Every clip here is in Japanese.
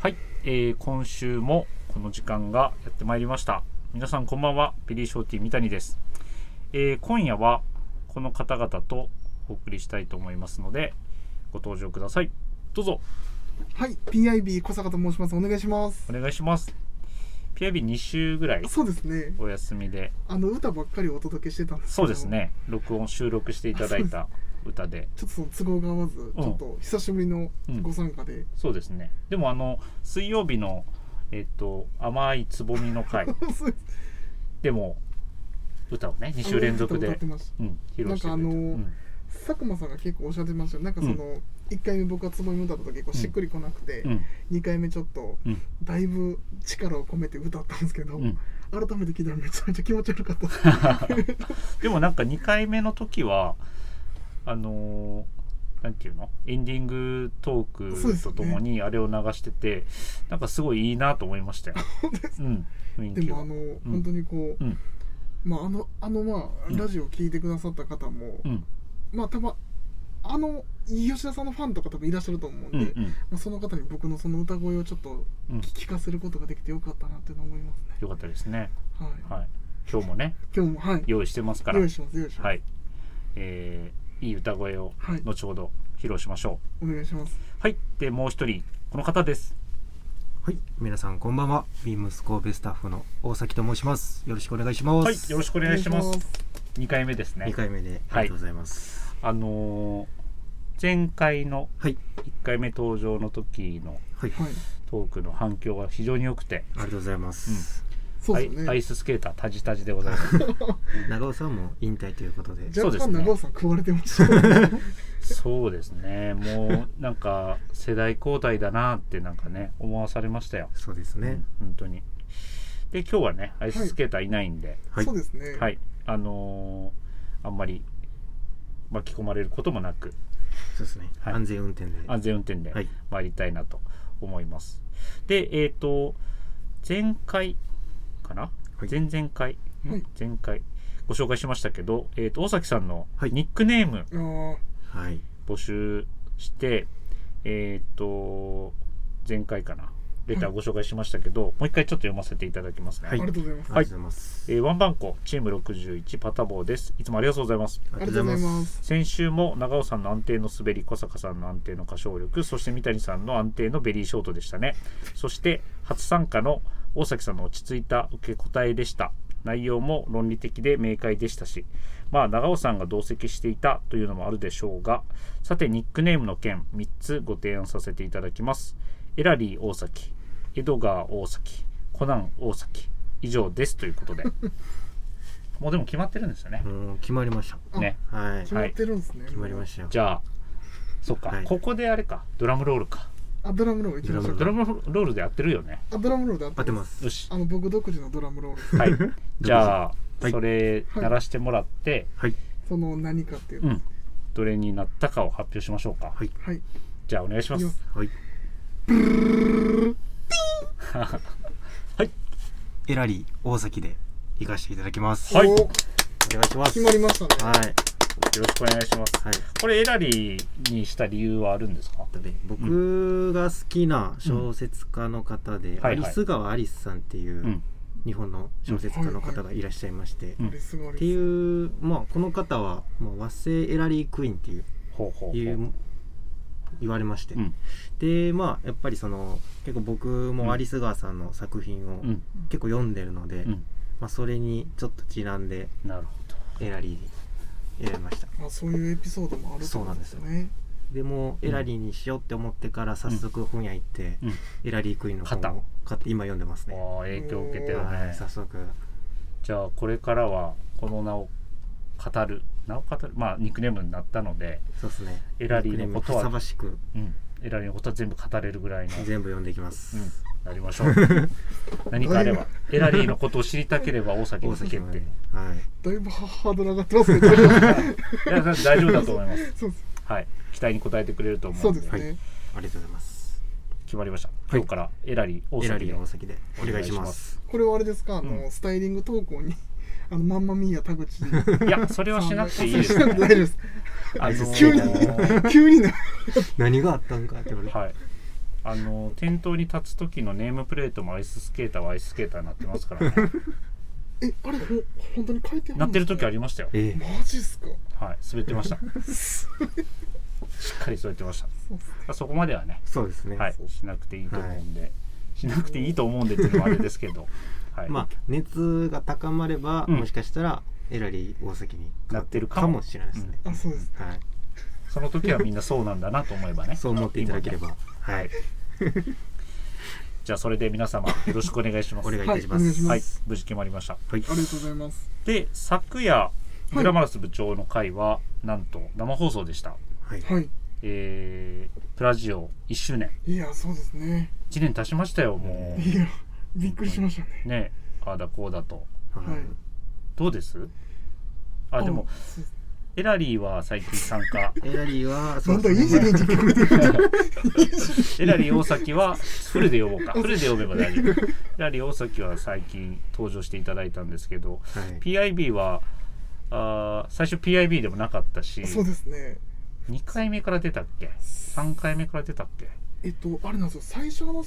はい、えー今週もこの時間がやってまいりました皆さんこんばんはペリーショーティー三谷です、えー今夜はこの方々とお送りしたいと思いますのでご登場くださいどうぞはい、PIB 小坂と申します。お願いしますお。願いします PIB2 週ぐらいそうですね。お休みであの歌ばっかりお届けしてたんですけど。そうです。ね録音収録していただいた歌でちょっとその都合が合わず、ちょっと久しぶりのご参加で。そうですねでもあの水曜日のえっと甘いつぼみの回そうですでも歌をね2週連続あの歌歌でって、ましうん、披露してくれたなんかあのーうんた佐久間さんが結構おっしゃってましたよ。なんかその一回目僕はつぼみ歌った時、こうしっくりこなくてう、ん二回目ちょっとうんだいぶ力を込めて歌ったんですけどう、 ん、改めて聞いたらめちゃめちゃ気持ち悪かったです。でもなんか2回目の時はあのーなんていうのエンディングトそうーでクすとねともにあれを流してて、なんかすごいいいなと思いましたよ、 うん、雰囲で気もはあの、本当にこう、うんまああのあのまうんあラジオを聞いてくださった方も。うんまあ多分あの吉田さんのファンとか多分いらっしゃると思うんうで、んうんまあ、その方に僕のその歌声をちょっとうん聞かせることができてよかったなっていうのを思いますね、よかったですね、はいはい、今日もね今日もはい用意してますから用意します用意します、はい、えーいい歌声をはい後ほど披露しましょお願いしますう。はい、でもう一人この方です。はい、皆さんこんばんは。ビームス神戸スタッフの大崎と申します。よろしくお願いします。はい、よろしくおお願いします願い。二回目ですね2。回目でありがとうございます。あのー前回のはい、一回目登場の時のはい、はいトークの反響が非常に良くて、ありがとうございます。そうですよアイアねイススケータータジタジでございます。長尾さんも引退ということで、そうで若す干ね長尾さん食われてましたねそうですね。もうなんか世代交代だなってなんかね思わされましたよ。そうですうんね。、本当に。で今日はねアイススケーターいないんで。はいそう、です ねはい、あのーあんまり巻き込まれることもなくそうですね。はい安全運転で。安全運転ではい参りたいなと思います。で、えっ、と前回かな、はい前々回、んはい前回ご紹介しましたけど、えっ、と大崎さんのはいニックネームあーはい、募集して、えっ、と前回かなレターご紹介しましたけど、もう一回ちょっと読ませていただきますね。はあいりがとうございます、ありがとうございます。えーワンバンコチーム61パタボーです。いつもありがとうございます。あありがとうございま。す先週も長尾さんの安定の滑り小坂さんの安定の歌唱力そして三谷さんの安定のベリーショートでしたねそして初参加の大崎さんの落ち着いた受け答えでした内容も論理的で明快でしたしまあ長尾さんが同席していたというのもあるでしょうがさてニックネームの件3つご提案させていただきますエラリー大崎エドガー大崎コナン大崎以上ですということでもうでも決まってるんですよね、もう決まりましあねた。はい、決まってるんですね、決まりましたよ。じゃあ、そっか、はいここであれか、ドラムロールか。たあドラムロールいきましょドうかラムロールでやってるよね。あドラムロールで合っ合っててまますす。よ し。あの僕独自のドラムロールはい。じゃあ、はいそれ、鳴らしてもらって、はい、その何かっていう、うん。どれになったかを発表しましょうか。はいはいじゃあ、お願いしまいきますす。はい。 はい。エラリー大崎で行かせていただきます。はいおお願いします。決まりましたねはい、はい。よろしくお願いします。これ、エラリーにした理由はあるんですか僕が好きな小説家の方で、んはいはいアリス川アリスさんっていう、うん。日本の小説家の方がいらっしゃいまして、うんレスがあってりますいう、まあ、この方は、まあ、和製エラリー・クイーンっていうほうほうほう。いう言われまして、うんでまあやっぱりその結構僕うんもアリス川さんの作品をうん。結構読んでるので、うん。まあ、それにちょっとちなんでなるほど。エラリーに選びましたまあ、そういうエピソードもあるってことね。でもうんエラリーにしようって思ってから早速本屋行って、うんエラリー・クイーンの本買ったを買って今読んでますね、ああ、影響を受けてるはねい、。早速じゃあ、これからは、この名を語る、名を語る、まあ、ニックネームになったので、そうですねエラリーのことはふさわしくうん、エラリーのことは全部語れるぐらいの、全部読んでいきます、うん、なりましょう。何かあれば、エラリーのことを知りたければ大崎に大聞け崎って。いはいだいぶハードル上がってますね。そうや、大丈夫だと思います。そうはい、期待に応えてくれると思そううんでで、すね。ありがとうございます。決まりました。今日からエラリー大エラ崎リでーの。大崎でお願いします。これはあれですか、あの、うんスタイリング投稿に、あの、まんまみーや田口。いや、それはしなくていいあで そすうしなくて大ね。丈夫です。 あのー急に、急にな。何があったんかって言われて。はい。あの店頭に立つ時のネームプレートもアイススケーターはアイススケーターになってますからねえあれほ本当に書いてあるんですかなってる時ありましたよええマジっすかはい滑ってましたしそっかり滑ってましたまうっすねあそこまではねそうですね、はいしなくていいと思うんで、しなくていいと思うんでっていうのもあれです けどはい、まあ熱が高まれば、うんもしかしたらエラリー大崎になってるかかももしれないですね、あそうですはいその時はみんなそうなんだなと思えばねそう思っていただければ、今ねははいい、じゃあそれで皆様よろしくお願いしますお願いいたしまはいお願いしす、まははいすい無事決まりましたありがとうございますで昨夜いグラマラス部長の会は、なんと生放送でした、はいはいえープラジオ1周年いやそうですね1年経ちましたよもいやびっくりしましたねうねああだこうだとははいいどうですあでもそうですエラリーは最近参加エラリーはなんだいいじゃない実況見てるエラリー大崎はフルで呼ぼう かフルで呼べば大丈夫エラリー大崎は最近登場していただいたんですけどはい PIB はあー最初 PIB でもなかったしそうですね2回目から出たっけ3回目から出たっけえっとあれなんですよ最初の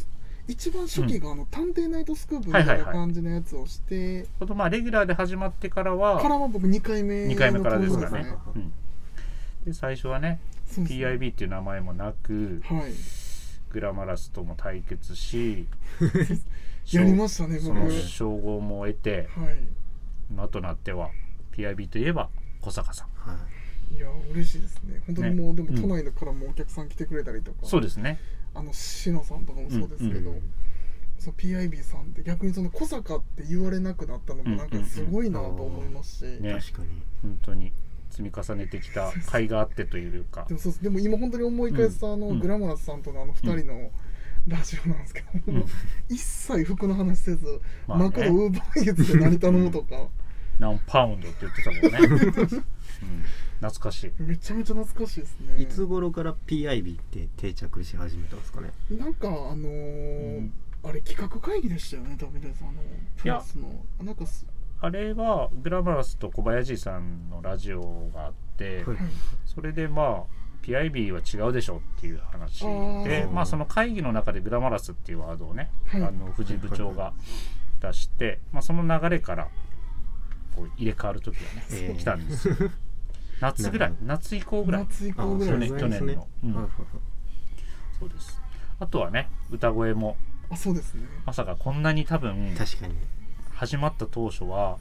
一番初期があの探偵ナイトスクープみたいはいはないはい感じのやつをしてあとまあレギュラーで始まってからはからは僕2回目2回目からですからねの登場。うんで最初はねそうですね PIB っていう名前もなくはいグラマラスとも対決し やりましたねそ僕はのい称号も得て今となっては PIB といえば小坂さんはいいや嬉しいですね本当にもう、ねでも都内のからもお客さん来てくれたりとかそうですねあの志乃さんとかもそうですけど、うんうんその PIB さんって逆にその小坂って言われなくなったのもなんかすごいなと思いますし、んね確かに本当に積み重ねてきた甲斐があってというかでもそうですでも今本当に思い返すと、あのうんグラマラスさんとのあの2人のラジオなんですけど、うん一切服の話せず、まあね真っ黒ウーバーイーツで何頼むとか何パウンドって言ってたもんね、うん、懐かしいめちゃめちゃ懐かしいですねいつ頃から PIB って定着し始めたんですかねなんかあのーうんあれ企画会議でしたよねダメですあのプラスのなんかすあれはグラマラスと小林さんのラジオがあって、はいそれでまあ PIB は違うでしょっていう話あでーまあ、その会議の中でグラマラスっていうワードをね、はいあの藤井部長が出して、まあ、その流れからこう入れ替わる時がね、えー来たんですよ夏ぐらいなるほ夏以降ぐらい夏以降ぐ去らい年です去ね年の、うんはいはいそうですあとはね歌声もあそうです ねまさかこんなに多分はい確かに始まった当初は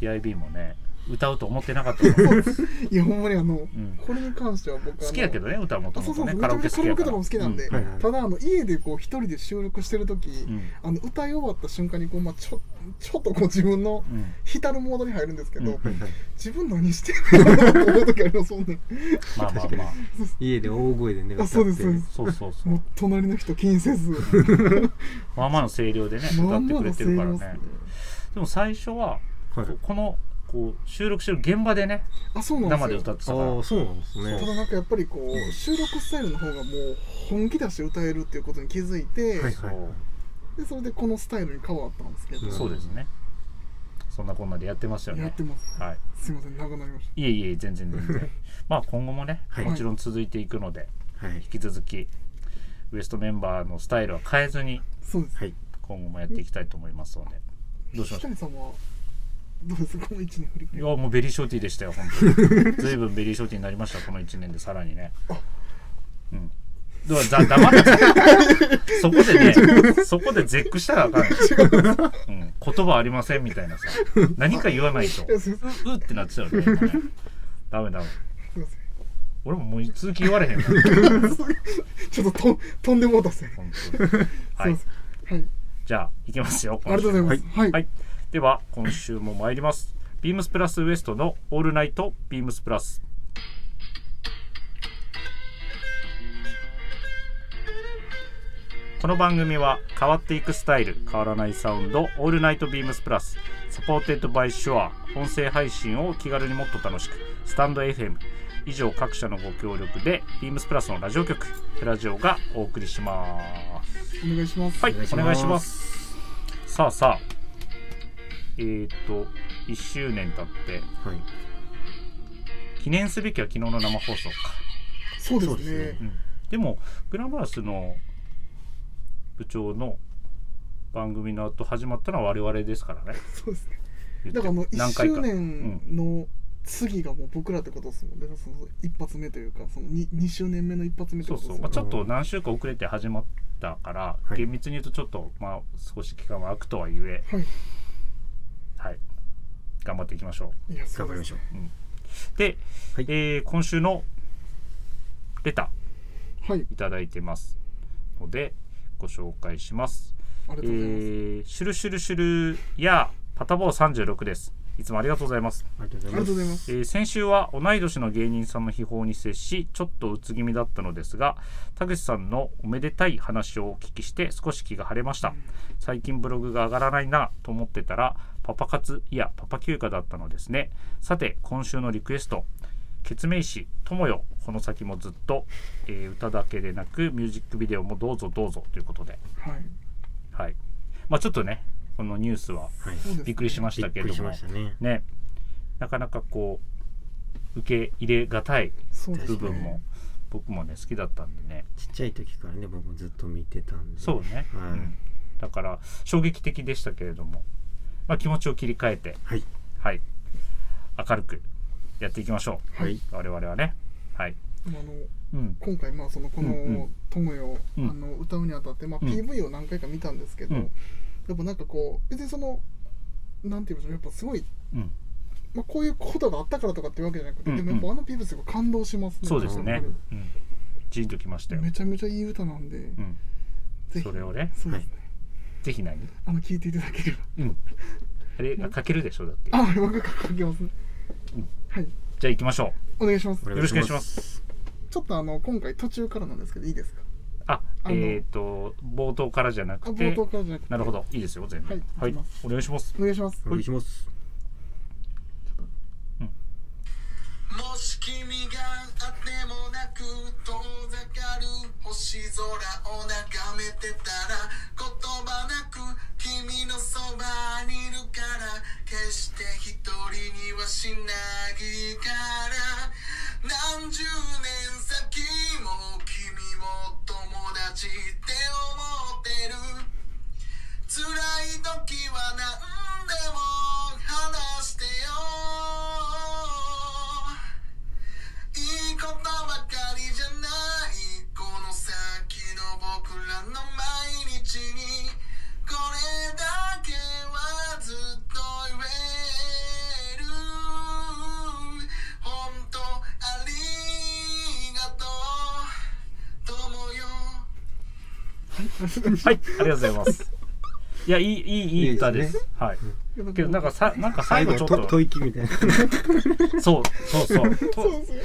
PIB もね歌うと思ってなか ったと思ういやほんまにあの、んこれに関しては僕あの好きやけどね歌もとあそもうそとうねそうカめちラゃオめケちゃ好カきラやオからケとかも好きなんで、うんはいはいただあの家でこう一人で収録してる時、うんあの歌い終わった瞬間にこう、まあ、ちょちょっとこう自分のうん浸るモードに入るんですけど、うんはいはい自分何してんのって思う時ありますもんねまあまあまあ家で大声でね歌あってそうですそうですそうそうそも うう隣の人気にせずまあまあの声量でねま歌あってまあくれのて声るから量っすねでも最初ははいここのこう収録してる現場でねあそうなんです生よで歌ってたからああそうなんですたねだなんかやっぱりこう収録スタイルの方がもう本気出して歌えるっていうことに気づいて、はいそうでそれでこのスタイルに変わったんですけど、うんそうですねそんなこんなでやってますよやっねてますはいすいません長くなりましいえいえ全然全 然まあ今後もねはいもちろん続いていくのではい引き続きウエストメンバーのスタイルは変えずにたそうですはい今後もやっていきたいと思いますのでどうしまし北た谷さんはどうですかこの位置に振りい返やりもうベリーショーティーでしたよ本 当にずいぶんベリーショーティーになりましたこの1年でさらにねうんではざ黙ってたそこで ねそこで絶句したらあかんよ、うん、言葉ありませんみたいなさ何か言わ ないといやすいませんすうってなってたよね今ねダメダメいま俺ももう続き言われへんからせんち ょっとととんでもうたっすね本当にはすいいませんはいじゃあ行きますよありがとうございますはい、はい、では今週も参ります。ビームスプラスウエストのオールナイトビームスプラス。この番組は変わっていくスタイル変わらないサウンドオールナイトビームスプラスサポーテッドバイシュア音声配信を気軽にもっと楽しくスタンド FM 以上各社のご協力でビームスプラスのラジオ局プラジオがお送りしますお願いしますはい、おお願いします願いします。さあさあ、えっ、と、1周年経って、はい記念すべきは昨日の生放送か。そうですそうですねうんでも、グラマラスの部長の番組の後始まったのは我々ですからねそうですね言ってだからもう何1回周年の次がもう僕らってことですもんねだからその一発目というかその 2, 2周年目の一発目ってそこうとそですよう、ねまあ、ちょっと何週間遅れて始まったから、はい厳密に言うとちょっと、まあ、少し期間は空くとはいえ、はいはい、頑張っていきましょいやそう頑です張りましょう。うで、はいえー今週のレタはいーいただいてますのでご紹介しますありがえとうございます、ーシュルシュルシュルやパタボー36ですいつもありがとうございますありがとありがとうございま。すえー先週は同い年の芸人さんの秘宝に接しちょっとうつ気味だったのですが田口さんのおめでたい話をお聞きして少し気が晴れました最近ブログが上がらないなと思ってたらパパ活いやパパ休暇だったのですねさて今週のリクエスト「ケツメイシ友よこの先もずっと、えー歌だけでなくミュージックビデオもどうぞどうぞ」ということではいはいまあちょっとねこのニュースははそうい。ですねびっくりしましたけびっれどくりしもましたね。ねなかなかこう受け入れがたいそうです部ね分も、僕もね好きだったんでねちっちゃい時からね、僕もずっと見てたんで。そうね、はいうんだから衝撃的でしたけれども、まあ、気持ちを切り替えてはい。はい明るくやっていきましょはい。。う我々はねはい、でもあのうん、今回まあそのうこんうの「友よ」あうんの歌うにあたってまあうん PV を何回か見たんですけどうんやっぱなんかこう別にそのなんて言うんでしょうやっぱすごいうん、まあこういうことがあったからとかってわけじゃなくてうんうでんもやっぱあの PV すごい感動しますそうですね、うん、ジーンときましたよ、めちゃめちゃいい歌なんでうん、ぜひそれをねそうですねぜひ何あの聴いていただければうん あれ書けるでしょだってじゃあ僕が書きますねうんはいあ行きましょお願いしますうよろしくお願いしますすちょっとあの今回途中からなんですけどいいですかああのえっ、と冒頭からじゃなあくて冒頭からじゃなくてなるほど、いいですよ、全部。はい行きますお願いします。お願いしますお願いします。もし君があってもなく遠ざかる星空を眺めてたら言葉なく君のそばにいるから決して一人にはしないから何十年先も君を友達って思ってる辛い時は何でも話してよいいことばかりじゃないこの先の僕らの毎日にこれだけはずっと言える本当ありがとう友よはい、ありがとうございます。いや、いい、いい、いい歌でいいす。ですはい。けど、なんかさ、なんか最後ちょっとと吐、息みたいな。そう、そう、そう。そうとですね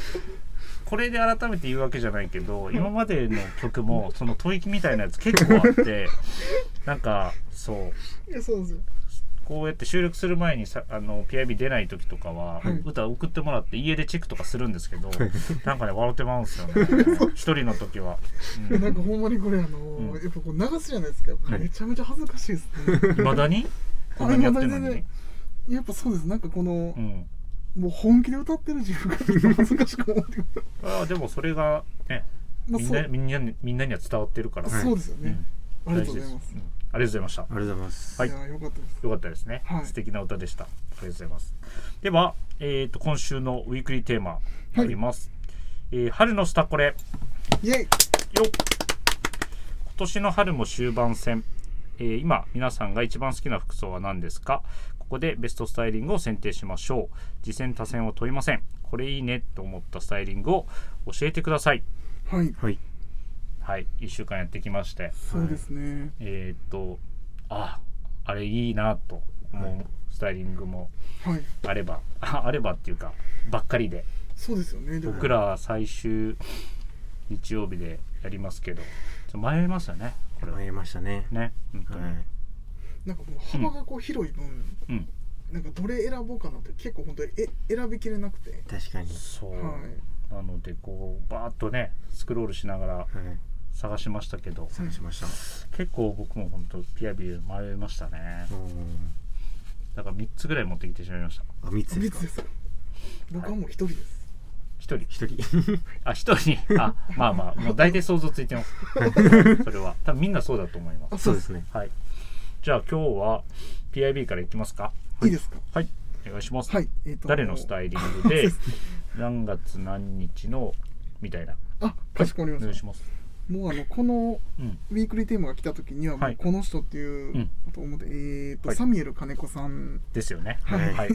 これで改めて言うわけじゃないけど、今までの曲も、その吐息みたいなやつ結構あって、なんか、そう。いやそうですよこうやって収録する前にさあの PIB 出ない時とかは、はい歌送ってもらって家でチェックとかするんですけど、いなんかね笑ってまうんですよね一人の時は、ういやなんかほんまにこれあのーうんやっぱこう流すじゃないですか、はいめちゃめちゃ恥ずかしいですね いまだにこんなにやってるのあれ未だにに、やっぱそうですなんかこのう、ん、もう本気で歌ってる自分がちょっと恥ずかしく思 ってくるああでもそれがねまあみんそなうみんなにみんなには伝わってるから、はいそうですようんね、ありがとうござ大い事まですうんありがとうございましたありがとうございます。はいいやよかったですよかったですね、はい素敵な歌でしたありがとうございますでは、えー、と今週のウィークリーテーマあります、えー春のスタコレイエよイっ今年の春も終盤戦、えー今皆さんが一番好きな服装は何ですかここでベストスタイリングを選定しましょう次戦他戦を問いませんこれいいねと思ったスタイリングを教えてくださいはいはい。はい1週間やってきましてそうですね、えーっとああれいいなと思うスタイリングもはい、あれば、ああればっていうかばっかりでそうですよねでも僕ら最終日曜日でやりますけどちょっと迷いますよねこれは迷いましたね。ね本当に、はい。なんかこう幅がこう広い分、うんなんかどれ選ぼうかなって結構本当にえ選びきれなくて確かに。そう、はいなのでこうバーッとねスクロールしながらはい。探しましたけど探しました。結構僕も本当ピアビュー迷いましたねおーだから3つぐらい持ってきてしまいましたあ、三つで三すつかで。す僕はもう一人です、一人一人 あ一人あまあまあもう大体想像ついてますそれは多分みんなそうだと思いますあそうですねはいじゃあ今日は PIB からいきますかいいですかはいお願いします、はい、えーと誰のスタイリ ングで何月何日のみたいなあかしこまりおま願いし、したますもうあのこのうんウィークリーテーマが来た時にはもはういこの人っていううんことを思って、えっ、と、はいサミエル金子さんですよねはいはい、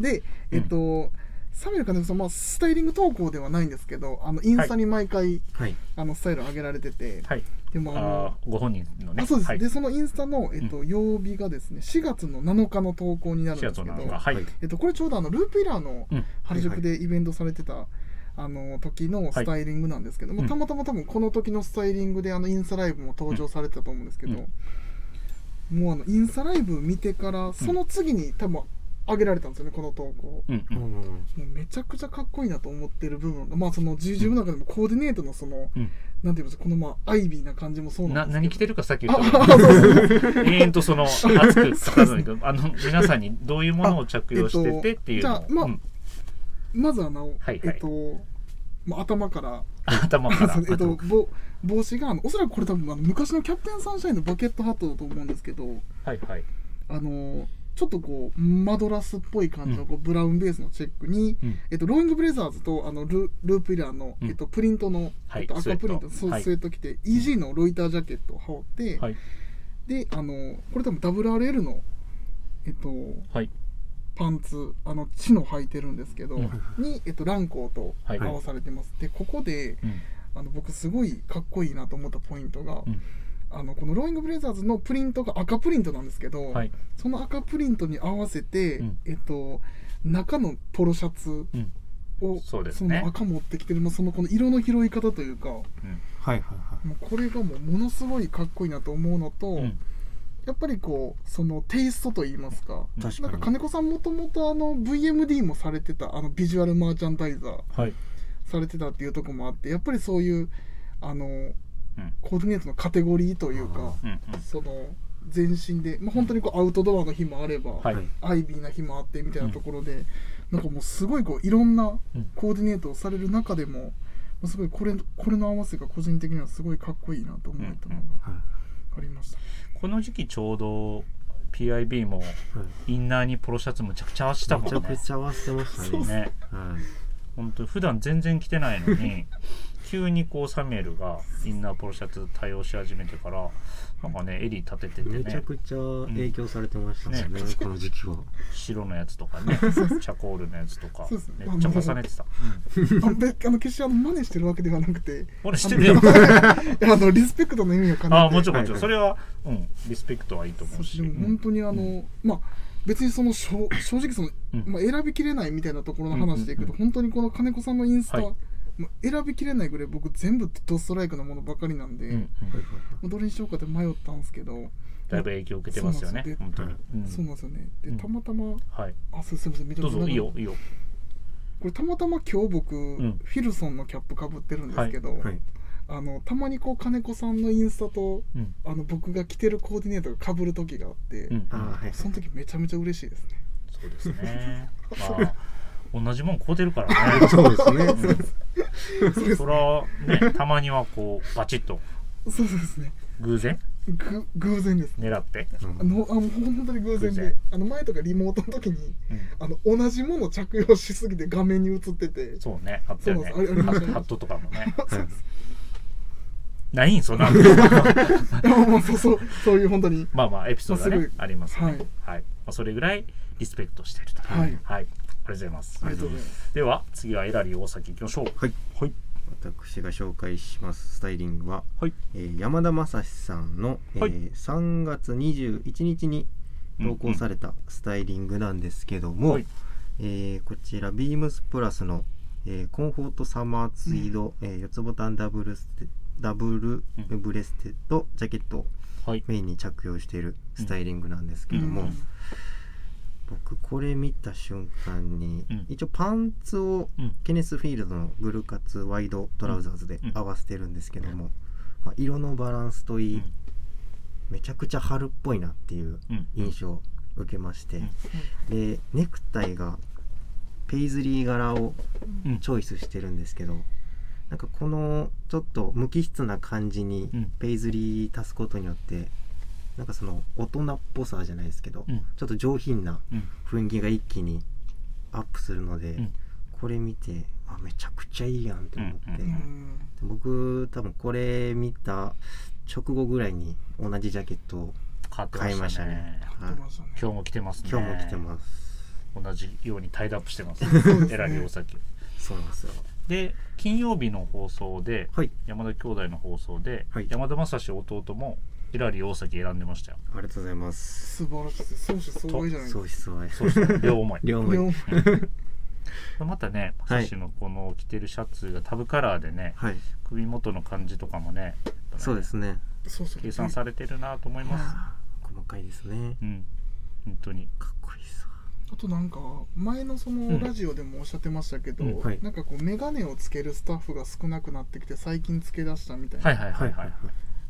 で、えっ、と、サミエル金子さん、まあ、スタイリング投稿ではないんですけどあのインスタに毎回、はいあのスタイル上げられてて、はいでもあのあーご本人のねあそうです、はいでそのインスタの、えっと曜日がですね4月の7日の投稿になる4んで月すけど、 7日はい、はいえっと、これちょうどあのループイラーのうん原宿でイベントされてた、あの時のスタイリングなんですけど、もうんたまたま多分この時のスタイリングであのインスタライブも登場されてたと思うんですけど、もうあのインスタライブ見てからその次に多分上げられたんですよねこの投稿。うんううんんうんもうめちゃくちゃかっこいいなと思ってる部分が、まあ、その自自分の中でもコーディネートのその、うんなんていうんですかこのまあアイビーな感じもそうななんです何着けどてるかさっき言ったあけそうそうそうど永遠と その熱く書かずにあの皆さんにどういうものを着用しててっていうのあをえっとじゃあまあうんまずあの、はいえっと、まあ、頭から、頭から えっと、ぼ帽子があのおそらくこれ多分あの昔のキャプテンサンシャインのバケットハットだと思うんですけどはいはいあのちょっとこうマドラスっぽい感じのこう、ブラウンベースのチェックに、うんえっと、ローイングブレザーズとあのルループイラーの、うんえっと、プリントの、はいえっと、スウェット赤プリントそうはいスウェット着て、イージーのロイタージャケットを羽織って、はいであのこれ多分 WRL の、えっと、はいパンツあのチの履いてるんですけど、うんに、えっと、ランコーとはい合わされてます、でここでうんあの僕すごいかっこいいなと思ったポイントが、うんあのこのローイングブレザーズのプリントが赤プリントなんですけど、はいその赤プリントに合わせて、うんえっと、中のポロシャツうんを、そうですそねの赤持ってきてるもうそのこの色の拾い方というかもうんはいはいはうこれがもうものすごいかっこいいなと思うのと、うんやっぱりこうそのテイストといいますか。い確なんかか金に子さんもともとあの VMD もされてたあのビジュアルマーチャンダイザーはいされてたっていうところもあってやっぱりそういうあの、コーディネートのカテゴリーというかうんうんその全身で、まあ、本当にこうアウトドアの日もあれば、はいアイビーな日もあってみたいなところで、なんかもうすごいこういろんなうんコーディネートをされる中でも、まあすごいこれこれの合わせが個人的にはすごいかっこいいなと思えたのがはいありました。この時期ちょうど PIB もはいインナーにポロシャツむちゃくちゃ合わせたもんめちゃくねちゃ合わせてましたねねはい本当普段全然着てないのに 急にこうサミュエルがインナーポロシャツ対応し始めてからなんかね襟立てててめちゃねくちゃ影響されてましたねねこの時期は白のやつとかねチャコールのやつとかそうですめねっちゃ重ねてた、うん、あのべあの決してあの真似してるわけではなくて俺してるよいやあのリスペクトの意味を感じてああもちろんもちろはいはんいそれは、うん、リスペクトはいいと思うしでも本当にあの、まあ別にそのしょ正直その、うんまあ、選びきれないみたいなところの話でいくと、うん本当にこの金子さんのインスタ、はいもう選びきれないぐらい僕全部ドストライクなものばかりなんで、うんうんはいまあどれにしようかって迷ったんですけど、だいぶ影響受けてますよねそうなん本当に、うんそうなんですよねでうんたまたまはいあそうすみませんめちゃどうくちゃ長ぞくいいよいいよこれたまたま今日僕、んフィルソンのキャップかぶってるんですけど、はいあのたまにこう金子さんのインスタとうんあの僕が着てるコーディネートがかぶる時があって、うんあーはいその時めちゃめちゃ嬉しいですねそうですねまあ同じもん買うてるからね そうですねそうですうんそらねたまにはこうバチッとそうですね偶然ぐ偶然ですね狙って、あのあの本当に偶偶然で然あの前とかリモートの時にうんあの同じもの着用しすぎて画面に映っててそうねあったよねそうなんですあれあれハハットとかもねはいないんそんな のいやもう そうそうそういう本当にまあまあエピソードがまあねすごいありますねははいい、まあ、それぐらいリスペクトしてるとはいありがとうございます、ありがとうございますでは次はエラリー大崎行きましょうはいはい私が紹介しますスタイリングは、はいえー山田正史さんの、えーはい3月21日に投稿されたスタイリングなんですけども、はいえーこちらビームスプラスの、えーコンフォートサマーツイード、えー四つボタンダブルステダブルブレステッドジャケットをはいメインに着用しているスタイリングなんですけども、うん僕これ見た瞬間に、うん一応パンツをうんケネスフィールドのグルカツワイドトラウザーズでうん合わせてるんですけども、まあ、色のバランスといい、うんめちゃくちゃ春っぽいなっていううん印象を受けまして、うんでネクタイがペイズリー柄をうんチョイスしてるんですけどなんかこのちょっと無機質な感じにうんペイズリー足すことによってなんかその大人っぽさじゃないですけど、うんちょっと上品なうん雰囲気が一気にアップするので、うんこれ見てあめちゃくちゃいいやんって思って、うんううんん僕多分これ見た直後ぐらいに同じジャケットを、買って買いままししたたねね買ってましたね今日も来てますね今日も着てます、同じようにタイドアップして ますうですねえらい大崎そうなんですよで金曜日の放送ではい山田兄弟の放送で、はい山田正史弟もヒラリー大崎選んでましたよありがとうございます素晴らしいです。相思相愛じゃないですそか。うしそうですそうですね 両思い両いや思いまたねはい正史のこの着てるシャツがタブカラーでねはい首元の感じとかもねやっぱねそうですねそうそう。計算されてるなと思います細かいですねうん本当にかっこいいさあとなんか前のそうんのラジオでもおっしゃってましたけど、うんはいなんかこう眼鏡をつけるスタッフが少なくなってきて最近つけ出したみたいな。はいはいはいはい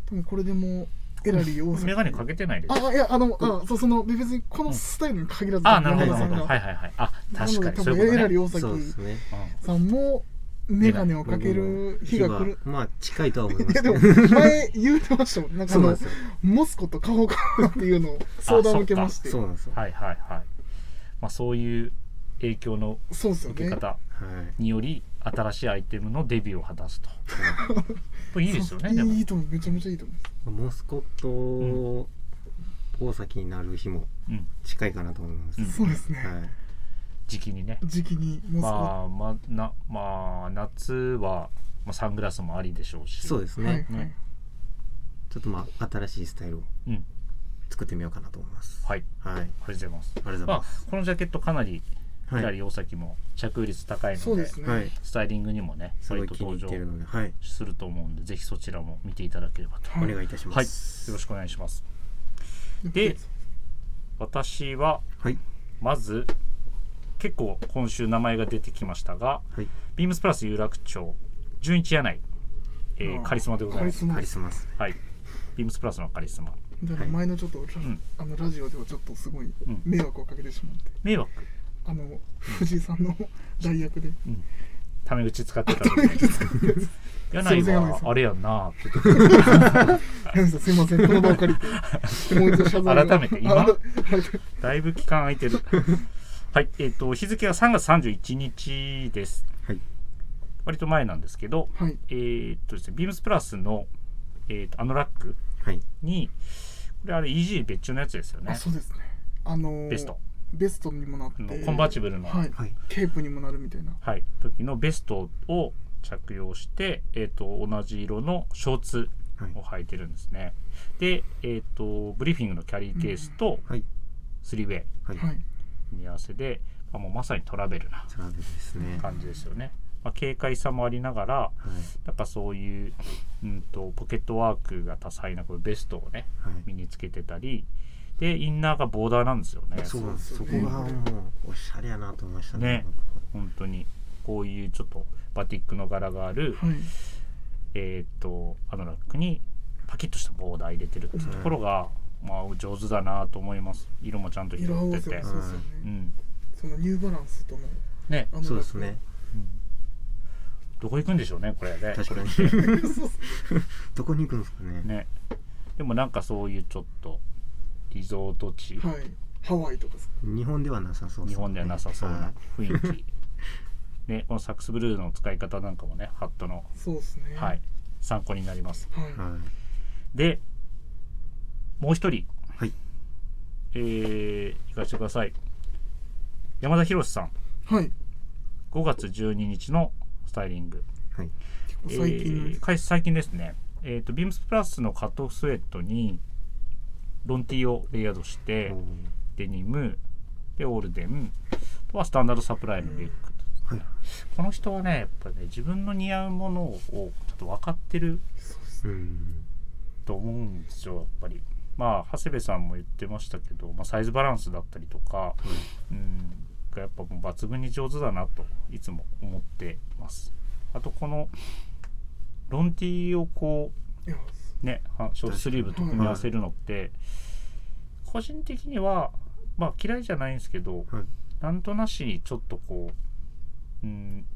多分これでもうエラリー大阪。眼鏡かけてないですあいやあのあそうその別にこのスタイルに限らず、ああなるほど山な田るさんほがどはいはいはいあなの確かでに多そういうこ分エとねラリー大そうです崎ねさんも眼鏡をかける日が来る。まあ近いとは思いまいやすでもね前言うてましたもんなんかあ そうなんのですよモスコと買おうかなっていうのを相談を受けましてそうなんですようんはいはいはいまあそういう影響のそうですよ受けね方はいにより新しいアイテムのデビューを果たすと。これいいですよね。でもいいと思うめちゃめちゃいいと思モスコット大崎になる日もうん近いかなと思います、うんうそうですね、はい時期にね。時期にモスコ、まあまあなまあ夏はまあサングラスもありでしょうし。そうですね、はいはい、ねちょっとまあ新しいスタイルをうん。作ってみようかなと思いますはい。はい、ありありがとうございます。がとうございまあます、このジャケットかなりは左い、大崎も着用率高いそうのでですね、はい、スタイリングにもねすご割いと気に登入っ場てるので、はい、すると思うんでぜひそちらも見ていただければと。はお願いいたしまはい。よす。ろしくお願いします。でで私ははい、まず結構今週名前が出てきましたが。はい、ビームスプラス有楽町純一柳井、えーうんカリスマでございます。カカリリススマですね。マはい。ビームスプラスのカリスマ。だから前のちょっと、んあのラジオではちょっとすごいん迷惑をかけてしまって、迷惑。あの藤井さんの代役でタメ口使ってたの で。柳井すいません柳井はさんあれやんなって言「山口さんすいませんこの場を借りてもう一度謝罪を改めて今あ改めてってだいぶ期間空い てる。はい。えっ、と日付が3月31日です。はい、割と前なんですけど、はいえーっとですねビームスプラスのえーっとあのラックはい、にこれあれ EG 別注のやつですよあね。そうですねあのーベストベストにもなってあのコンバーチブルのはいはい、ケープにもなるみたいなはい、時のベストを着用して、えー、と同じ色のショーツはいを、履いてるんですね。で、えー、とブリーフィングのキャリーケースとはい、スリーウェイはい、はい組み合わせで、まあ、もうまさにトラベルなトラベルですね。はい、感じですよね。まあ、軽快さもありながらなんかそういう、うん、とポケットワークが多彩なこれベストをねはい身、につけてたりでインナーがボーダーなんですよね。そうなんです。そそうこでがすねもうおしゃれやなと思いましたねね。本当にこういうちょっとバティックの柄がある、はいえー、とアノラックにパキッとしたボーダー入れてるっていうところが、まあ、上手だなと思います色もちゃんと拾色合っわてせてもそうですようねんそのニューバランスとのねあのそうですね。どこ行くんでしょうねこれね 確かに。そうそうどこに行くんですかね。ねでもなんかそういうちょっとリゾート地、 はいハワイとかですか日本ではなさそう日本ではなさそうはな雰囲気、ね、このサックスブルーの使い方なんかもねハットの、そうですねはい、参考になりますはいい。はでもう一人い。はい。えー、行かせてください山田博さんはい5月12日のスタイリング、はい。結構最近のえーかい最近ですね、えー、とビームスプラスのカットオフスウェットにロン T をレイヤードして、おーデニムでオールデンあとはスタンダードサプライのリュック、はい。この人はねやっぱね自分の似合うものをちょっと分かってるそうですうねん。と思うんですよやっぱりまあ長谷部さんも言ってましたけど、まあ、サイズバランスだったりとか、うんがやっぱもう抜群に上手だなといつも思ってますあとこのロン T をこいやうねはショートスリーブと組み合わせるのって個人的にはまあ嫌いじゃないんですけどはい。なんとなしにちょっとこううん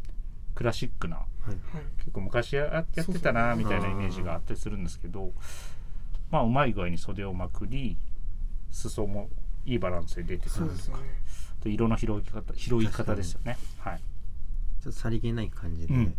クラシックなはいはい結構昔ややってたなそうそみうたいなイメージがあったりするんですけどまあうまい具合に袖をまくり裾もいいバランスで出てくそうるですよねと色の広げ方広い方ですよね。はい、ちょっとさりげない感じで、うん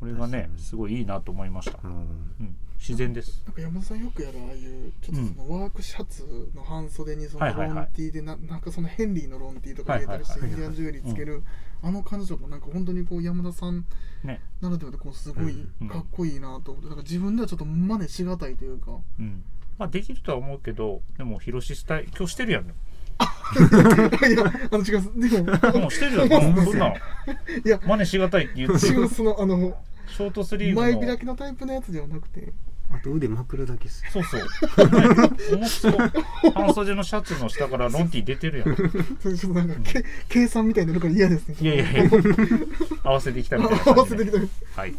これがね確かにすごいいいなと思いましたう。んうん、自然です。なんか山田さんよくやるああいうちょっとそのワークシャツの半袖にそのはロいはいはいンティーでななんかそのヘンリーのロンティーとか入れたりしてはイいンはいデはいィアンジュエリーつけるあの感じとかもなんか本当にこう山田さんね、ならではでこうすごいうんかっこいいなと思ってなんか自分ではちょっと真似しがたいというか うん、まあできるとは思うけど、でも広しスタイル今日してるやん。もいやあの違うで もうしてる やん。いそんなんや真似しがたいって言って違うる。そのあのショートスリーブ前の開きのタイプのやつではなくてあと腕まくるだけですそうそう。ね重そう。半袖のシャツの下からロンティー出てるやん。それちょっとなんかけ計算みたいになるから嫌ですねいやいやいや。合わせてきたみたいな感合じね、わせてきたはい。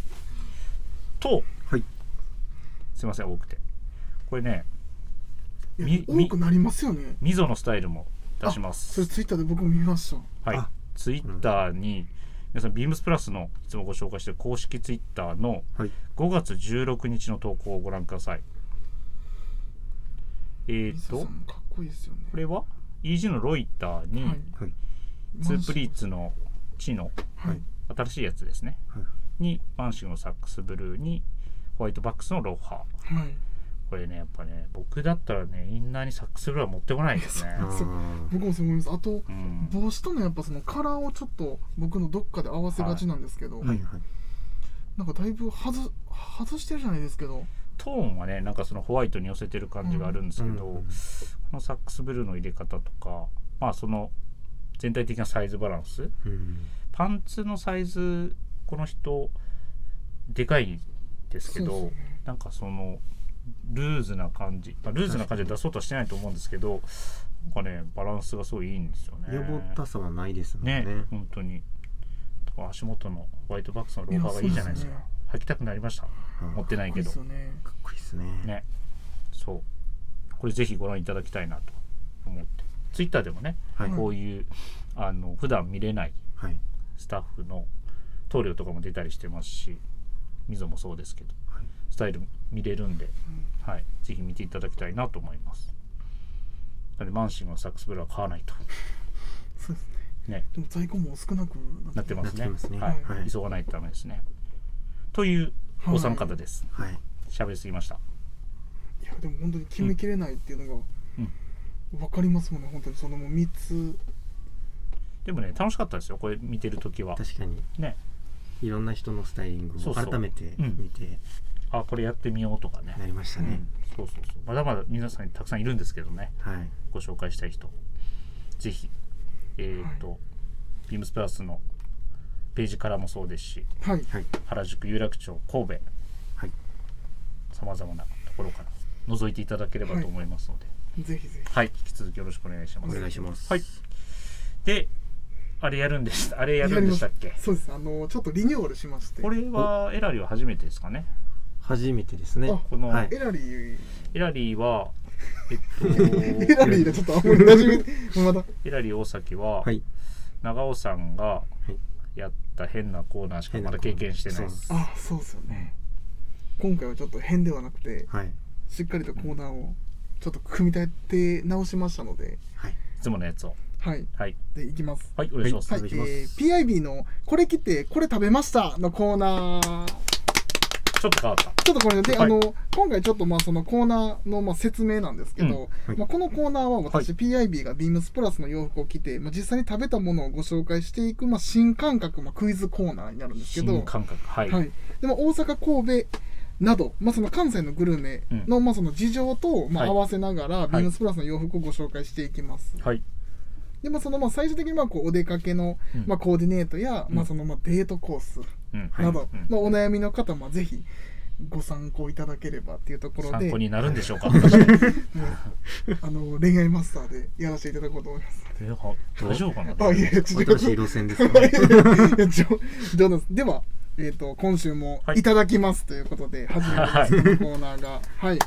と、はいすいません多くて。これね、いやみみ多くなりますよねミゾのスタイルも出しまそれす。ツイッターで僕も見ましたはいあ。ツイッターに、皆さんビームスプラスのいつもご紹介している公式ツイッターのはい5月16日の投稿をご覧ください。えーミサさとん、もかっこいいですよねこれは EG のロイターに、はいはいツープリーツのチのはい新しいやつですね、はいにマンシンのサックスブルーにホワイトバックスのロッハーはいこれねやっぱね僕だったらねインナーにサックスブルーは持ってこないですね あ、そうー僕もそう思いますあとうん、帽子とのやっぱそのカラーをちょっと僕のどっかで合わせがちなんですけど、はいはいなんかだいぶ外外してるじゃないですけどトーンはねなんかそのホワイトに寄せてる感じがあるんですけど、うんうんこのサックスブルーの入れ方とかまあその全体的なサイズバランスうんパンツのサイズこの人でかいですけどそうですねなんかそのルーズな感じ、まあ、ルーズな感じで出そうとはしてないと思うんですけどなんかねバランスがすごいいいんですよね。やぼったさはないですもんねね本当にとか足元のホワイトバックスのローファーがいいじゃないですかいやそう履きたくなりましたうん持ってないいけいでどすよねかっこいいですねねそうこれぜひご覧いただきたいなと思ってツイッターでもね、はいこういうあの普段見れないはいスタッフの棟梁とかも出たりしてますし溝もそうですけどはいスタイル見れるんで、はい、ぜひ見ていただきたいなと思いますなのでマンシングのサックスブルーは買わないと そうですねねでも在庫も少なくなってますなねってますねはいはい急がないとダメですねというお三方ですはい喋りすぎましたいやでも本当に決めきれないっていうのが、わかりますもんね本当にそのもう3つでもね楽しかったですよこれ見てる時は確かにねいろんな人のスタイリングそをうそう改めてうん見てあこれやってみようとかねなりましたうねん、そうそうそうまだまだ皆さんにたくさんいるんですけどねはいご紹介したい人ぜひえっ、と、ビームスプラスのページからもそうですしはいはい原宿有楽町神戸はいさまざまなところから覗いていただければと思いますので、ぜひぜはい、引き続きよろしくお願いしまおす願いしますはいであれやるんでしたあれやるんでしたっけひそうですあのちょっとリニューアルしましてこれはエラリーは初めてですかね初めてですねあこのはいエラリーエラリーはえっエ とラリーがちょっとあんまり馴染みまだエラリー大崎は、はい長尾さんがはいやった変なコーナーしか変なまだコーナー経験してないですあそうですよね今回はちょっと変ではなくてはいしっかりとコーナーをちょっと組み立て直しましたので はいいつものやつをはいはいでいきますはいお願いします、はいお、願いしますえー、PIB の「これ来てこれ食べました」のコーナーちょっと変わったちょっとこれで、はいあの今回ちょっとまあそのコーナーのまあ説明なんですけど、うんはいまあ、このコーナーは私、は PIB がビームスプラスの洋服を着て、まあ、実際に食べたものをご紹介していく、まあ、新感覚、まあ、クイズコーナーになるんですけど新感覚はい、はい、でも大阪、神戸など、まあ、その関西のグルメの,、まあその事情と、まあ、はい合わせながら、ビームスプラスの洋服をご紹介していきます。はいでまあ、そのまあ最終的にまあこうお出かけの、うんまあ、コーディネートや、うんまあ、そのまあデートコースうんなど、はいうんまあ、お悩みの方もぜひご参考いただければっていうところ参で考になるんでしょうか あの恋愛マスターでやらせていただこうと思います。えは大丈夫かなあいやいやちょっと新しい路 線です ねいや冗冗談ですでは、えー、と今週もはいいただきますということで、初めてですこのコーナーが。はい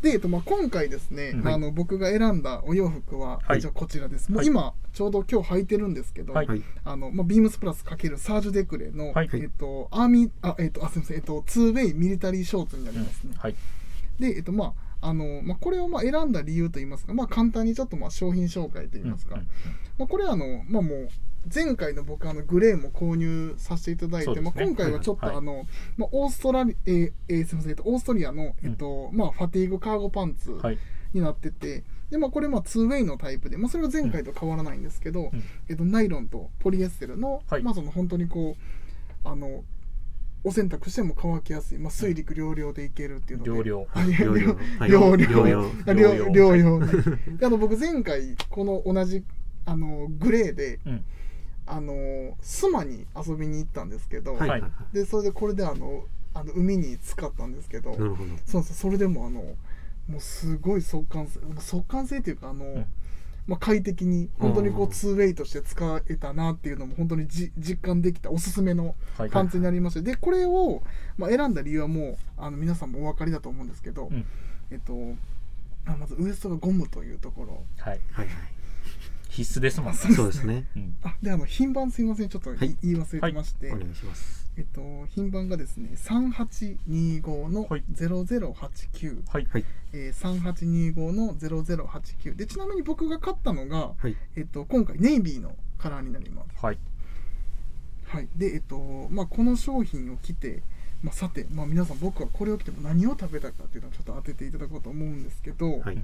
で、えっとまあ、今回ですね、うんはいあの僕が選んだお洋服は、はいじゃあこちらです。もはうい今ちょうど今日履いてるんですけど、はいはい。あのまあ、ビームスプラス×サージュデクレの、はいえっとアーミーあえっとあすみませんえっとツーウェイミリタリーショートになりますね。はい。でえっとまああのまあ、これをまあ選んだ理由といいますか、まあ、簡単にちょっとまあ商品紹介といいますか、うんうんまあ、これはあの、まあ、もう前回の僕あのグレーも購入させていただいて、そうですまねあ、今回はちょっとはいあの、まあ、オーストラリ、えーえーすみませんえっとオーストリアの、えっとまあ、ファティーグカーゴパンツはい。になってて、でまあ、これまあ 2way のタイプで、まあ、それは前回と変わらないんですけど、うんえっと、ナイロンとポリエステルの,、はいまあその本当にこうあのお洗濯しても乾きやすい、まあ、水陸両用でいけるっていうので。両量。あいや両用はい両両量用あ両両用両用ねであの僕前回この同じあのグレーでうん。あのスマに遊びに行ったんですけど、はいはいはい。でそれでこれであのあの海に使ったんですけどなるほど。そうそうそれでもあのもうすごい速乾性速乾性というかあの、んまあ、快適に本当にこううん 2way として使えたなっていうのも本当にじ実感できたおすすめのはい。パンツになりましてでこれを、まあ、選んだ理由はもうあの皆さんもお分かりだと思うんですけど、うんえっとあまずウエストがゴムというところはい。はいは必須ですもんね。い。そうですね。うん。あであの品番すいませんちょっとい、はい言い忘れてまして、お願いします。えっと、品番がですね3825のはい0089、はい。はい。えー、3825の0089でちなみに僕が買ったのが、はい。えっと、今回ネイビーのカラーになります、はい。はい、で、えっとまあ、この商品を着て、まあ、さて、まあ、皆さん僕はこれを着ても何を食べたかっていうのをちょっと当てていただこうと思うんですけど、はい。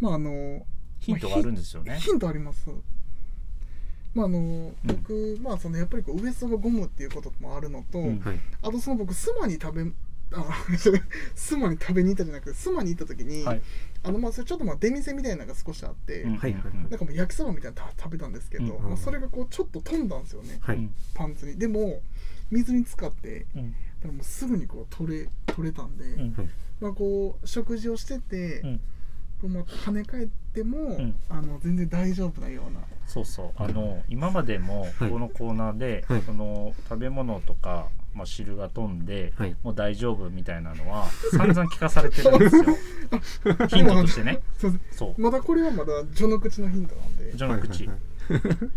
まああのヒントがあるんですよね。ヒントありますまああの僕、まあそのやっぱりこうウエストがゴムっていうこともあるのと、うんはい。あとその僕スマに食べあ スマに食べに行ったじゃなくてスマに行った時に、はいあのまあそれちょっとまあ出店みたいなのが少しあって、うんはいはいうんなんかもう焼きそばみたいなの食べたんですけど、うんまあ、それがこうちょっと飛んだんですよねはういん。パンツにでも水に浸かってうん。だからもうすぐにこう取れ取れたんで、うん。はい。まあこう食事をしてて、うんこうまあ跳ね返っても、んあの全然大丈夫なようなそうそうあの今までもはいこのコーナーで、はいその食べ物とか、まあ、汁が飛んで、はいもう大丈夫みたいなのは散々聞かされてるんですよヒントとしてねすいませんそまだこれはまだ序の口のヒントなんでう序の口、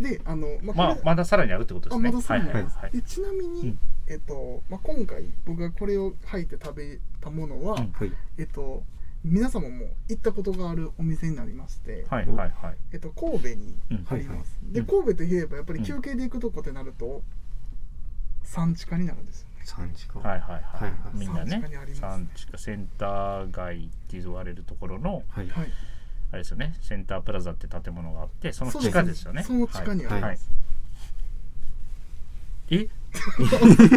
であのままこあれ、まださらにあるってことであすねまだそうなんです、はいはいはいでちなみに、うんえっとまあ、今回僕がこれを履いて食べたものは、うんはい。えっと、皆様も行ったことがあるお店になりまして、はいはいはいえっと、神戸にうんあります、いでうん神戸といえばやっぱうりん休憩で行くとこってなると、産地化になるんですよね三時間。はいはいはい、はいはいみんな産ね地下にあります産地下センター街って言われるところのはい。はいあれですよねセンタープラザって建物があってその地下ですよねその地下にあはりいはまいす、え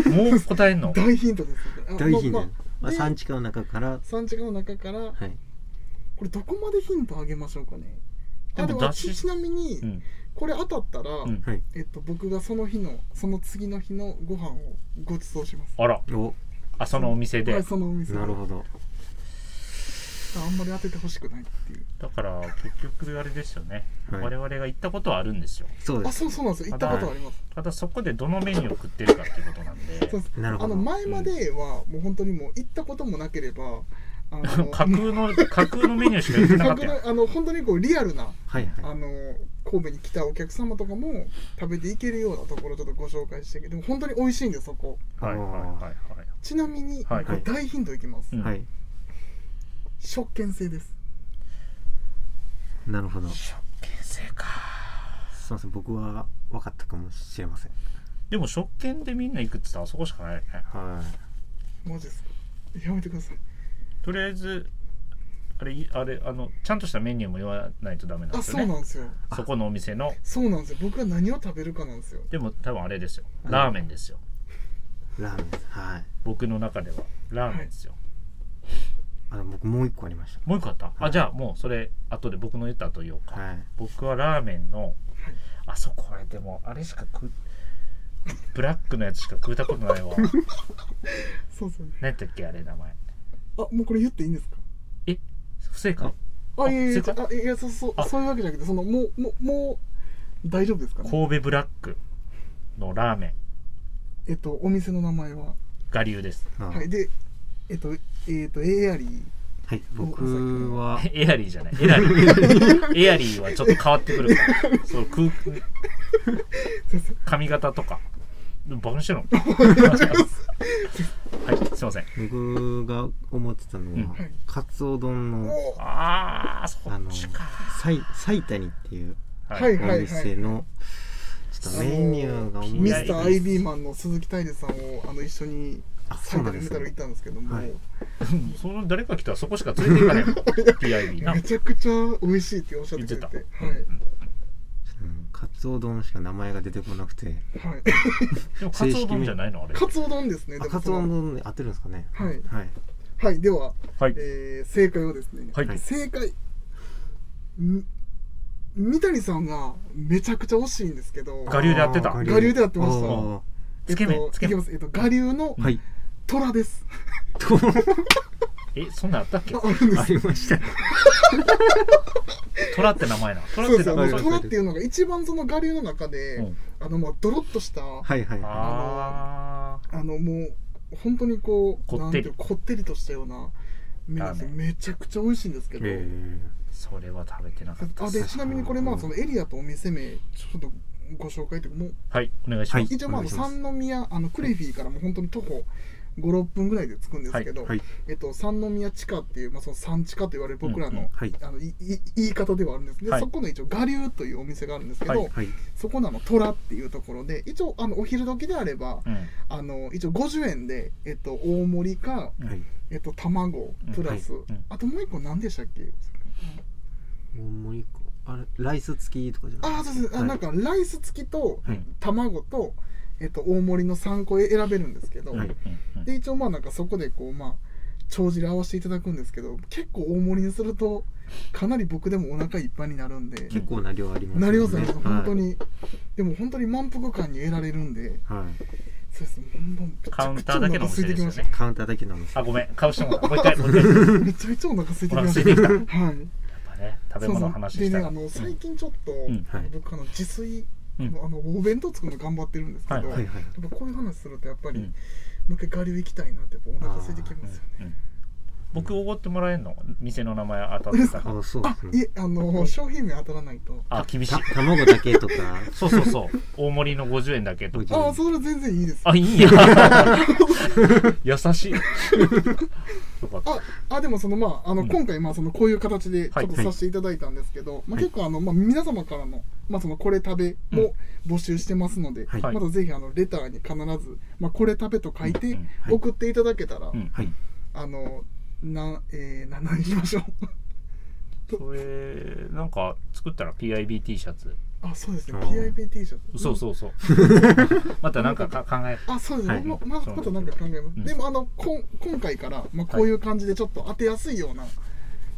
もう答え んの大ヒントですよねあ大ヒンまあトま。まあ産地下の中からあ、産地化の中から、はい。これどこまでヒントあげましょうかねあででもも出しちちなみに、うんこれ当たったら、うんはい。えっと、僕がその日のその次の日のご飯をご馳走しますあらお、あそのお店はでいそのお店でなるほど。あんまり当ててほしくないっていうだから結局あれですよね、はい我々が行ったことはあるんですよそうであす。そうそうなんですよ行ったことあります、ただそこでどのメニューを食ってるかっていうことなんでそうですなるほどあの前まではもう本当にもう行ったこともなければあ 架空の架空のメニューしか言ってなかったよあの本当にこうリアルなはいあはの神戸に来たお客様とかも食べていけるようなところをちょっとご紹介してでも本当に美味しいんですそこはいはいはいはいちなみに、はいこれ大ヒントいきます、うい。んはい。食券制ですなるほど。す食券制かみません。僕は分かったかもしれません。でも食券でみんな行くって言ったらあそこしかないよねはマジですかやめてくださいとりあえずあれいあれあのちゃんとしたメニューも言わないとダメなんあですそようなねんですよそこのお店のそうなんですよ僕が何を食べるかなんですよでも多分あれですよラーメンですよい。ラーメンです。はい。僕の中ではラーメンですよ、あの僕もう一個ありましもう一個あったあじゃあもうそれ後で僕の言った後言おうた。か、はい。僕はラーメンのあそこあれでもあれしか食うブラックのやつしか食うたことない わ何そうですよねやったっけあれ名前あもうこれ言っていいんですかえ不正解あ、いやいやい正解や、あいや、そう、そうあ、そういうわけじゃなくて、その、もう、もう、もう、大丈夫ですかね。神戸ブラックのラーメンえっと、お店の名前は。我流ですあはい、で、えっと、えっと、エアリーはい、僕はエアリーじゃないエラリー エアリーはちょっと変わってくるからそう空髪型とかバカにしてるの はいすいません僕が思ってたのは、うんカツオ丼のああそあのっちか埼埼谷っていうはおい店のちょっとメニューが思いミ出あスせのターなアイいビーマンの鈴木泰治さんをあの一緒にあそ埼うな玉でんで見すたら行っねたんですけども、はいその誰か来たらそこしか連れていか ないもん PIB なめちゃくちゃ美味しいっておっしゃってくれて言ってたはいうんカツオ丼しか名前が出てこなくてはい、でもカツオ丼じゃないのあれカツオ丼ですねあでもカツそオの丼で合ってるんですかねはいはいはいでは、はいえー正解をですね、はい正解ん三谷さんがめちゃくちゃ惜しいんですけどガリュウで合ってたあー我流で合ってましたおーつけえっ麺とつけいき麺ますえっと我流の はい虎です、えそんなんあったっけああるんですありましたトラって名前なトラそうっでてす名前あなのわかる虎っていうのが一番その我流の中で、うんあのまあドロッとしたあはいはいはあのもう本当にこうこってりなんていうこってりとしたような麺ですラーメンめちゃくちゃ美味しいんですけいど、へーーそれは食べてなかったあっですちなみにこれまあそのエリアとお店名ちょっとご紹介というかもうはいお願いしまはすい一応まああのお願いし三宮あのクレフィーからもう本当に徒歩56分ぐらいで着くんですけど、はいえっと、三宮地下っていう、まあ、その三地下と言われる僕らうの,、んうんはいあのいい言い方ではあるんですけど、はいそこの一応我流というお店があるんですけど、はいはいそこのあの虎っていうところで一応あのお昼時であれば、うんあの一応50円で、えっと、大盛りか、はいえっと、卵プラス、うんはいうんあともう一個何でしたっけ大盛りあれライス付きとかじゃないああそうですあはいなんかライス付きとうん卵と、えっと、大盛りの3個選べるんですけど、はいうんうんで一応まあなんかそこでこうまあ帳尻合わせていただくんですけど結構大盛りにするとかなり僕でもお腹いっぱいになるんで結構な量ありますなりますねはい本当にでも本当に満腹感に得られるんではいそうですねもうめちカゃウンくちタゃおーだけの腹お空店ですいてきよましねカウンターだけなんですあごめん買うしてもらったもう一回もう一回ためちゃめちゃお腹空いてきましおた腹空いてはいやっぱね食べ物の話でしねたらあの最近ちょっと、んはい僕あの自炊うんのあのお弁当作るの頑張ってるんですけど、はいはいはいやっぱこういう話するとやっぱり、うんもう一回我流行きたいなってやっぱお腹空いてきますよねうんうん僕おごってもらえんの店の名前当たってたらあそうであすねいえあの商品名当たらないとあ厳しいた卵だけとかそうそうそう大盛りの50円だけと50ああそれは全然いいですあいいんや 優しいよかったああでもそのまああの、うん今回まあそのこういう形でちょっとはいさせていただいたんですけど、まあ、はい結構あの、まあ、皆様からの,、まあそのこれ食べも募集してますので、はいまたぜひあのレターに必ず、まあ、これ食べと書いうんてうんはい送っていただけたら、うんはいあのなえー、な何しましょうそれなんか作ったら PIB T シャツあそうですねあ PIP T シャツそうそうそうまたなんかか考えあそうですね、はいまままた何か考えます、うんでもあのこん今回から、まあ、こういう感じでちょっと当てやすいような、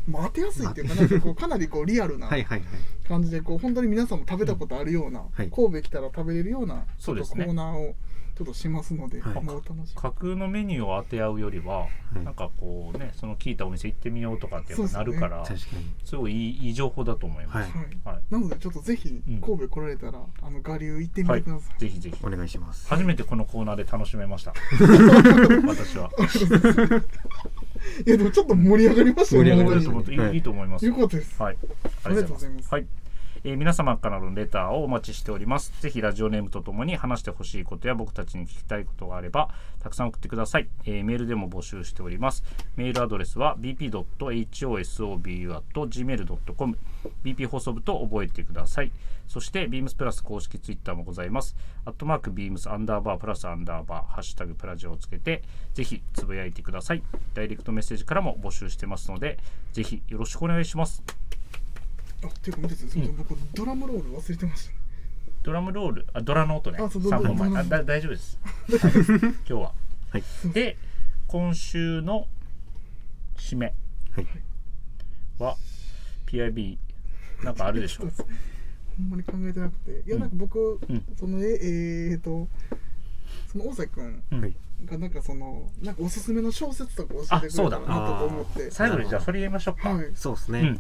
まあ、当てやすいっていうかなんかこうかなりこうリアルなはいはいはい感じでこう本当に皆さんも食べたことあるような、はい神戸来たら食べれるようなちそょうっでとすコねーナーをちょっとしますので、はいもうお楽しみ架空のメニューを当て合うよりは、いなんかこうねその聞いたお店行ってみようとかってやっぱなるからす,、確かにごいいいいい情報だと思います、はいはいはいなのでちょっとぜひうん神戸来られたら、あの我流行ってみはていください、、、ぜひぜひお願いします初めてこのコーナーで楽しめ ました私はいやでもちょっと盛り上がりましたよ盛り上がりまいしいたと思本ういいはいいいと思いま当すによかったです、はい、ありがとうございますはい、えー皆様からのレターをお待ちしております。ぜひラジオネームとともに話してほしいことや僕たちに聞きたいことがあればたくさん送ってください。えーメールでも募集しております。メールアドレスは bp.hosobu.gmail.com bp 放送部と覚えてください。そして beams プラス公式ツイッターもございます。アットマーク beams アンダーバープラスアンダーバーハッシュタグプラジオをつけてぜひつぶやいてください。ダイレクトメッセージからも募集してますのでぜひよろしくお願いします。あっていうか見ててすいません僕ドラムロール忘れてましたドラムロール、あドラの音ね。あそうどう3ぞ本どうぞ前。あだ大丈夫で す。今日は。はいで、今週の締めはいは PIB、なんかあるで しょそうですほんまに考えてなくていやなんか僕、んそのええー、とその大崎君はいがなんかそのなんかおすすめの小説とか教えてあくそれうただらなとか思って最後にじゃあそれ言いましょうか。はいそうですね、うん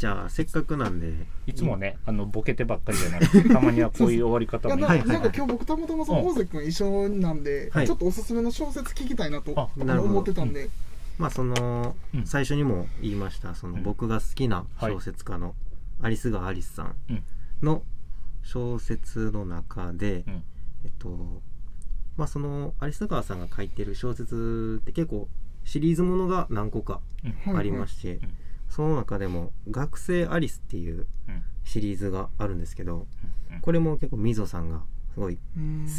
じゃあせっかくなんでいつもね、あのボケてばっかりじゃなくて、たまにはこういう終わりい方やもなはいんかなんか今日僕たまたまそのうん大関君一緒なんで、はいちょっとおすすめの小説聞きたいなとああのなるほど思ってたんで、まあそのうん最初にも言いましたそのうん僕が好きなはい小説家のアリス川アリスさんうんの小説の中でうんえっとまあそのアリス川さんが書いてる小説って結構シリーズものが何個かはいありましてうんその中でも「学生アリス」っていううんうんシリーズがあるんですけどうんこれも結構みぞさんがすごい好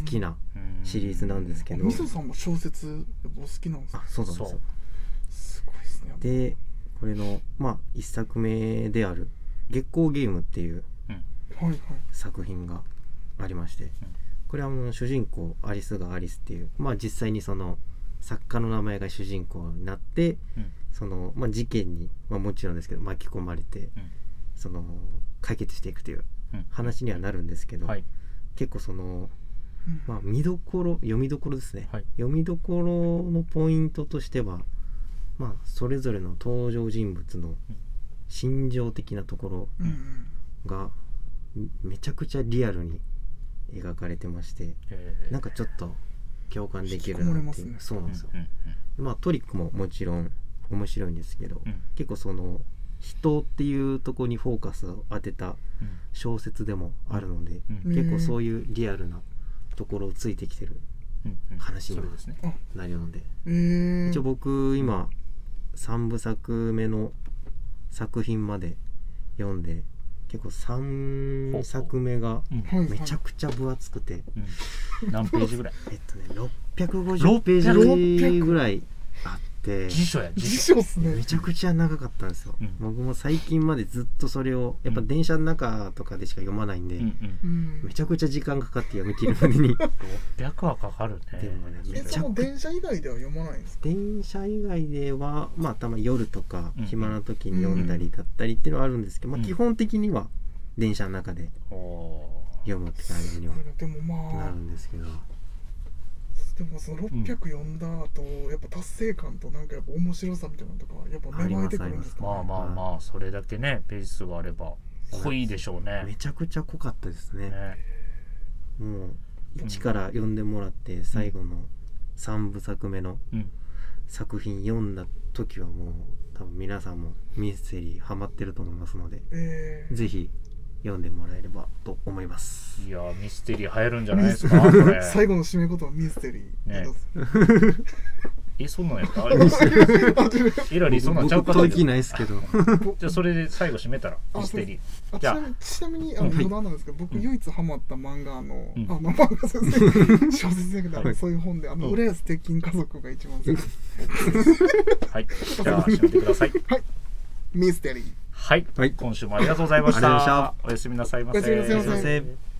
きななうんシリーズなんですけどみそさんも小説やっぱお好きなんですかあそうなんですそようすごいですねでこれのまあ一作目である「月光ゲーム」っていうはいはい作品がありましてこれはあの主人公アリスがアリスっていうまあ実際にその作家の名前が主人公になってうんその、まあ、事件に、まあ、もちろんですけど巻き込まれてうんその解決していくといううん話にはなるんですけど、はい結構その、うんまあ、見どころ読みどころですね、はい読みどころのポイントとしては、まあ、それぞれの登場人物の心情的なところうんうんがめめちゃくちゃリアルに描かれてましてえーなんかちょっと共感できる引き込まれなまってすいう、ねそうなんですよう、んうんまあ、トリックももちろん面白いんですけど、うん結構その人っていうところにフォーカスを当てたうん小説でもあるので、うんうん結構そういうリアルなところをついてきてるうんうん話にそはれですね内容なんで、えー、一応僕今3部作目の作品まで読んで結構ほう3作目がうんはいはいめちゃくちゃ分厚くてうん何ページぐらいえっとね650ページぐらいあって辞書や辞辞書書っすねめちゃくちゃ長かったんですよ、うん僕も最近までずっとそれをやっぱ電車の中とかでしか読まないんで、うんうんうんめちゃくちゃ時間かかって読み切るの に600はかかるねでもねえめちそゃの電車以外では読まないんですか電車以外ではまあたまに夜とかうん暇な時に読んだりだったりっていうのはあるんですけど、うんまあ、基本的には電車の中でおー読むって感じにはでもまなあるんですけどでもその600読んだ後、やっぱ達成感となんかやっぱ面白さみたいなのとかやっぱ芽生えてくるんですかねまあまあまあそれだけねページ数があれば濃いでしょうめねちゃくちゃ濃かったですねねもう一から読んでもらって最後の3部作目のうん作品読んだ時はもう多分皆さんもミステリーハマってると思いますのでえーぜひ読んでもらえればと思いますいやーミステリー流行るんじゃないですか これ最後の締め言葉ミステリーねどうぞえそんなんやったあれえらりそんなんちゃうか僕ったけ遠どきないですけどじゃあそれで最後締めたらミステリーあちじゃあなみに ちなみにあのはい余談なんですけど、僕唯一ハマった漫画あの、うんあまあ漫画先生小説だけど、あのはいそういう本であの、うん浦安鉄筋家族が一番好きですはいじゃあ締めてくださいミステリーはいはい今週もありがとうございましありがとうございたまおやすみなさいませおやすみなさいませすいません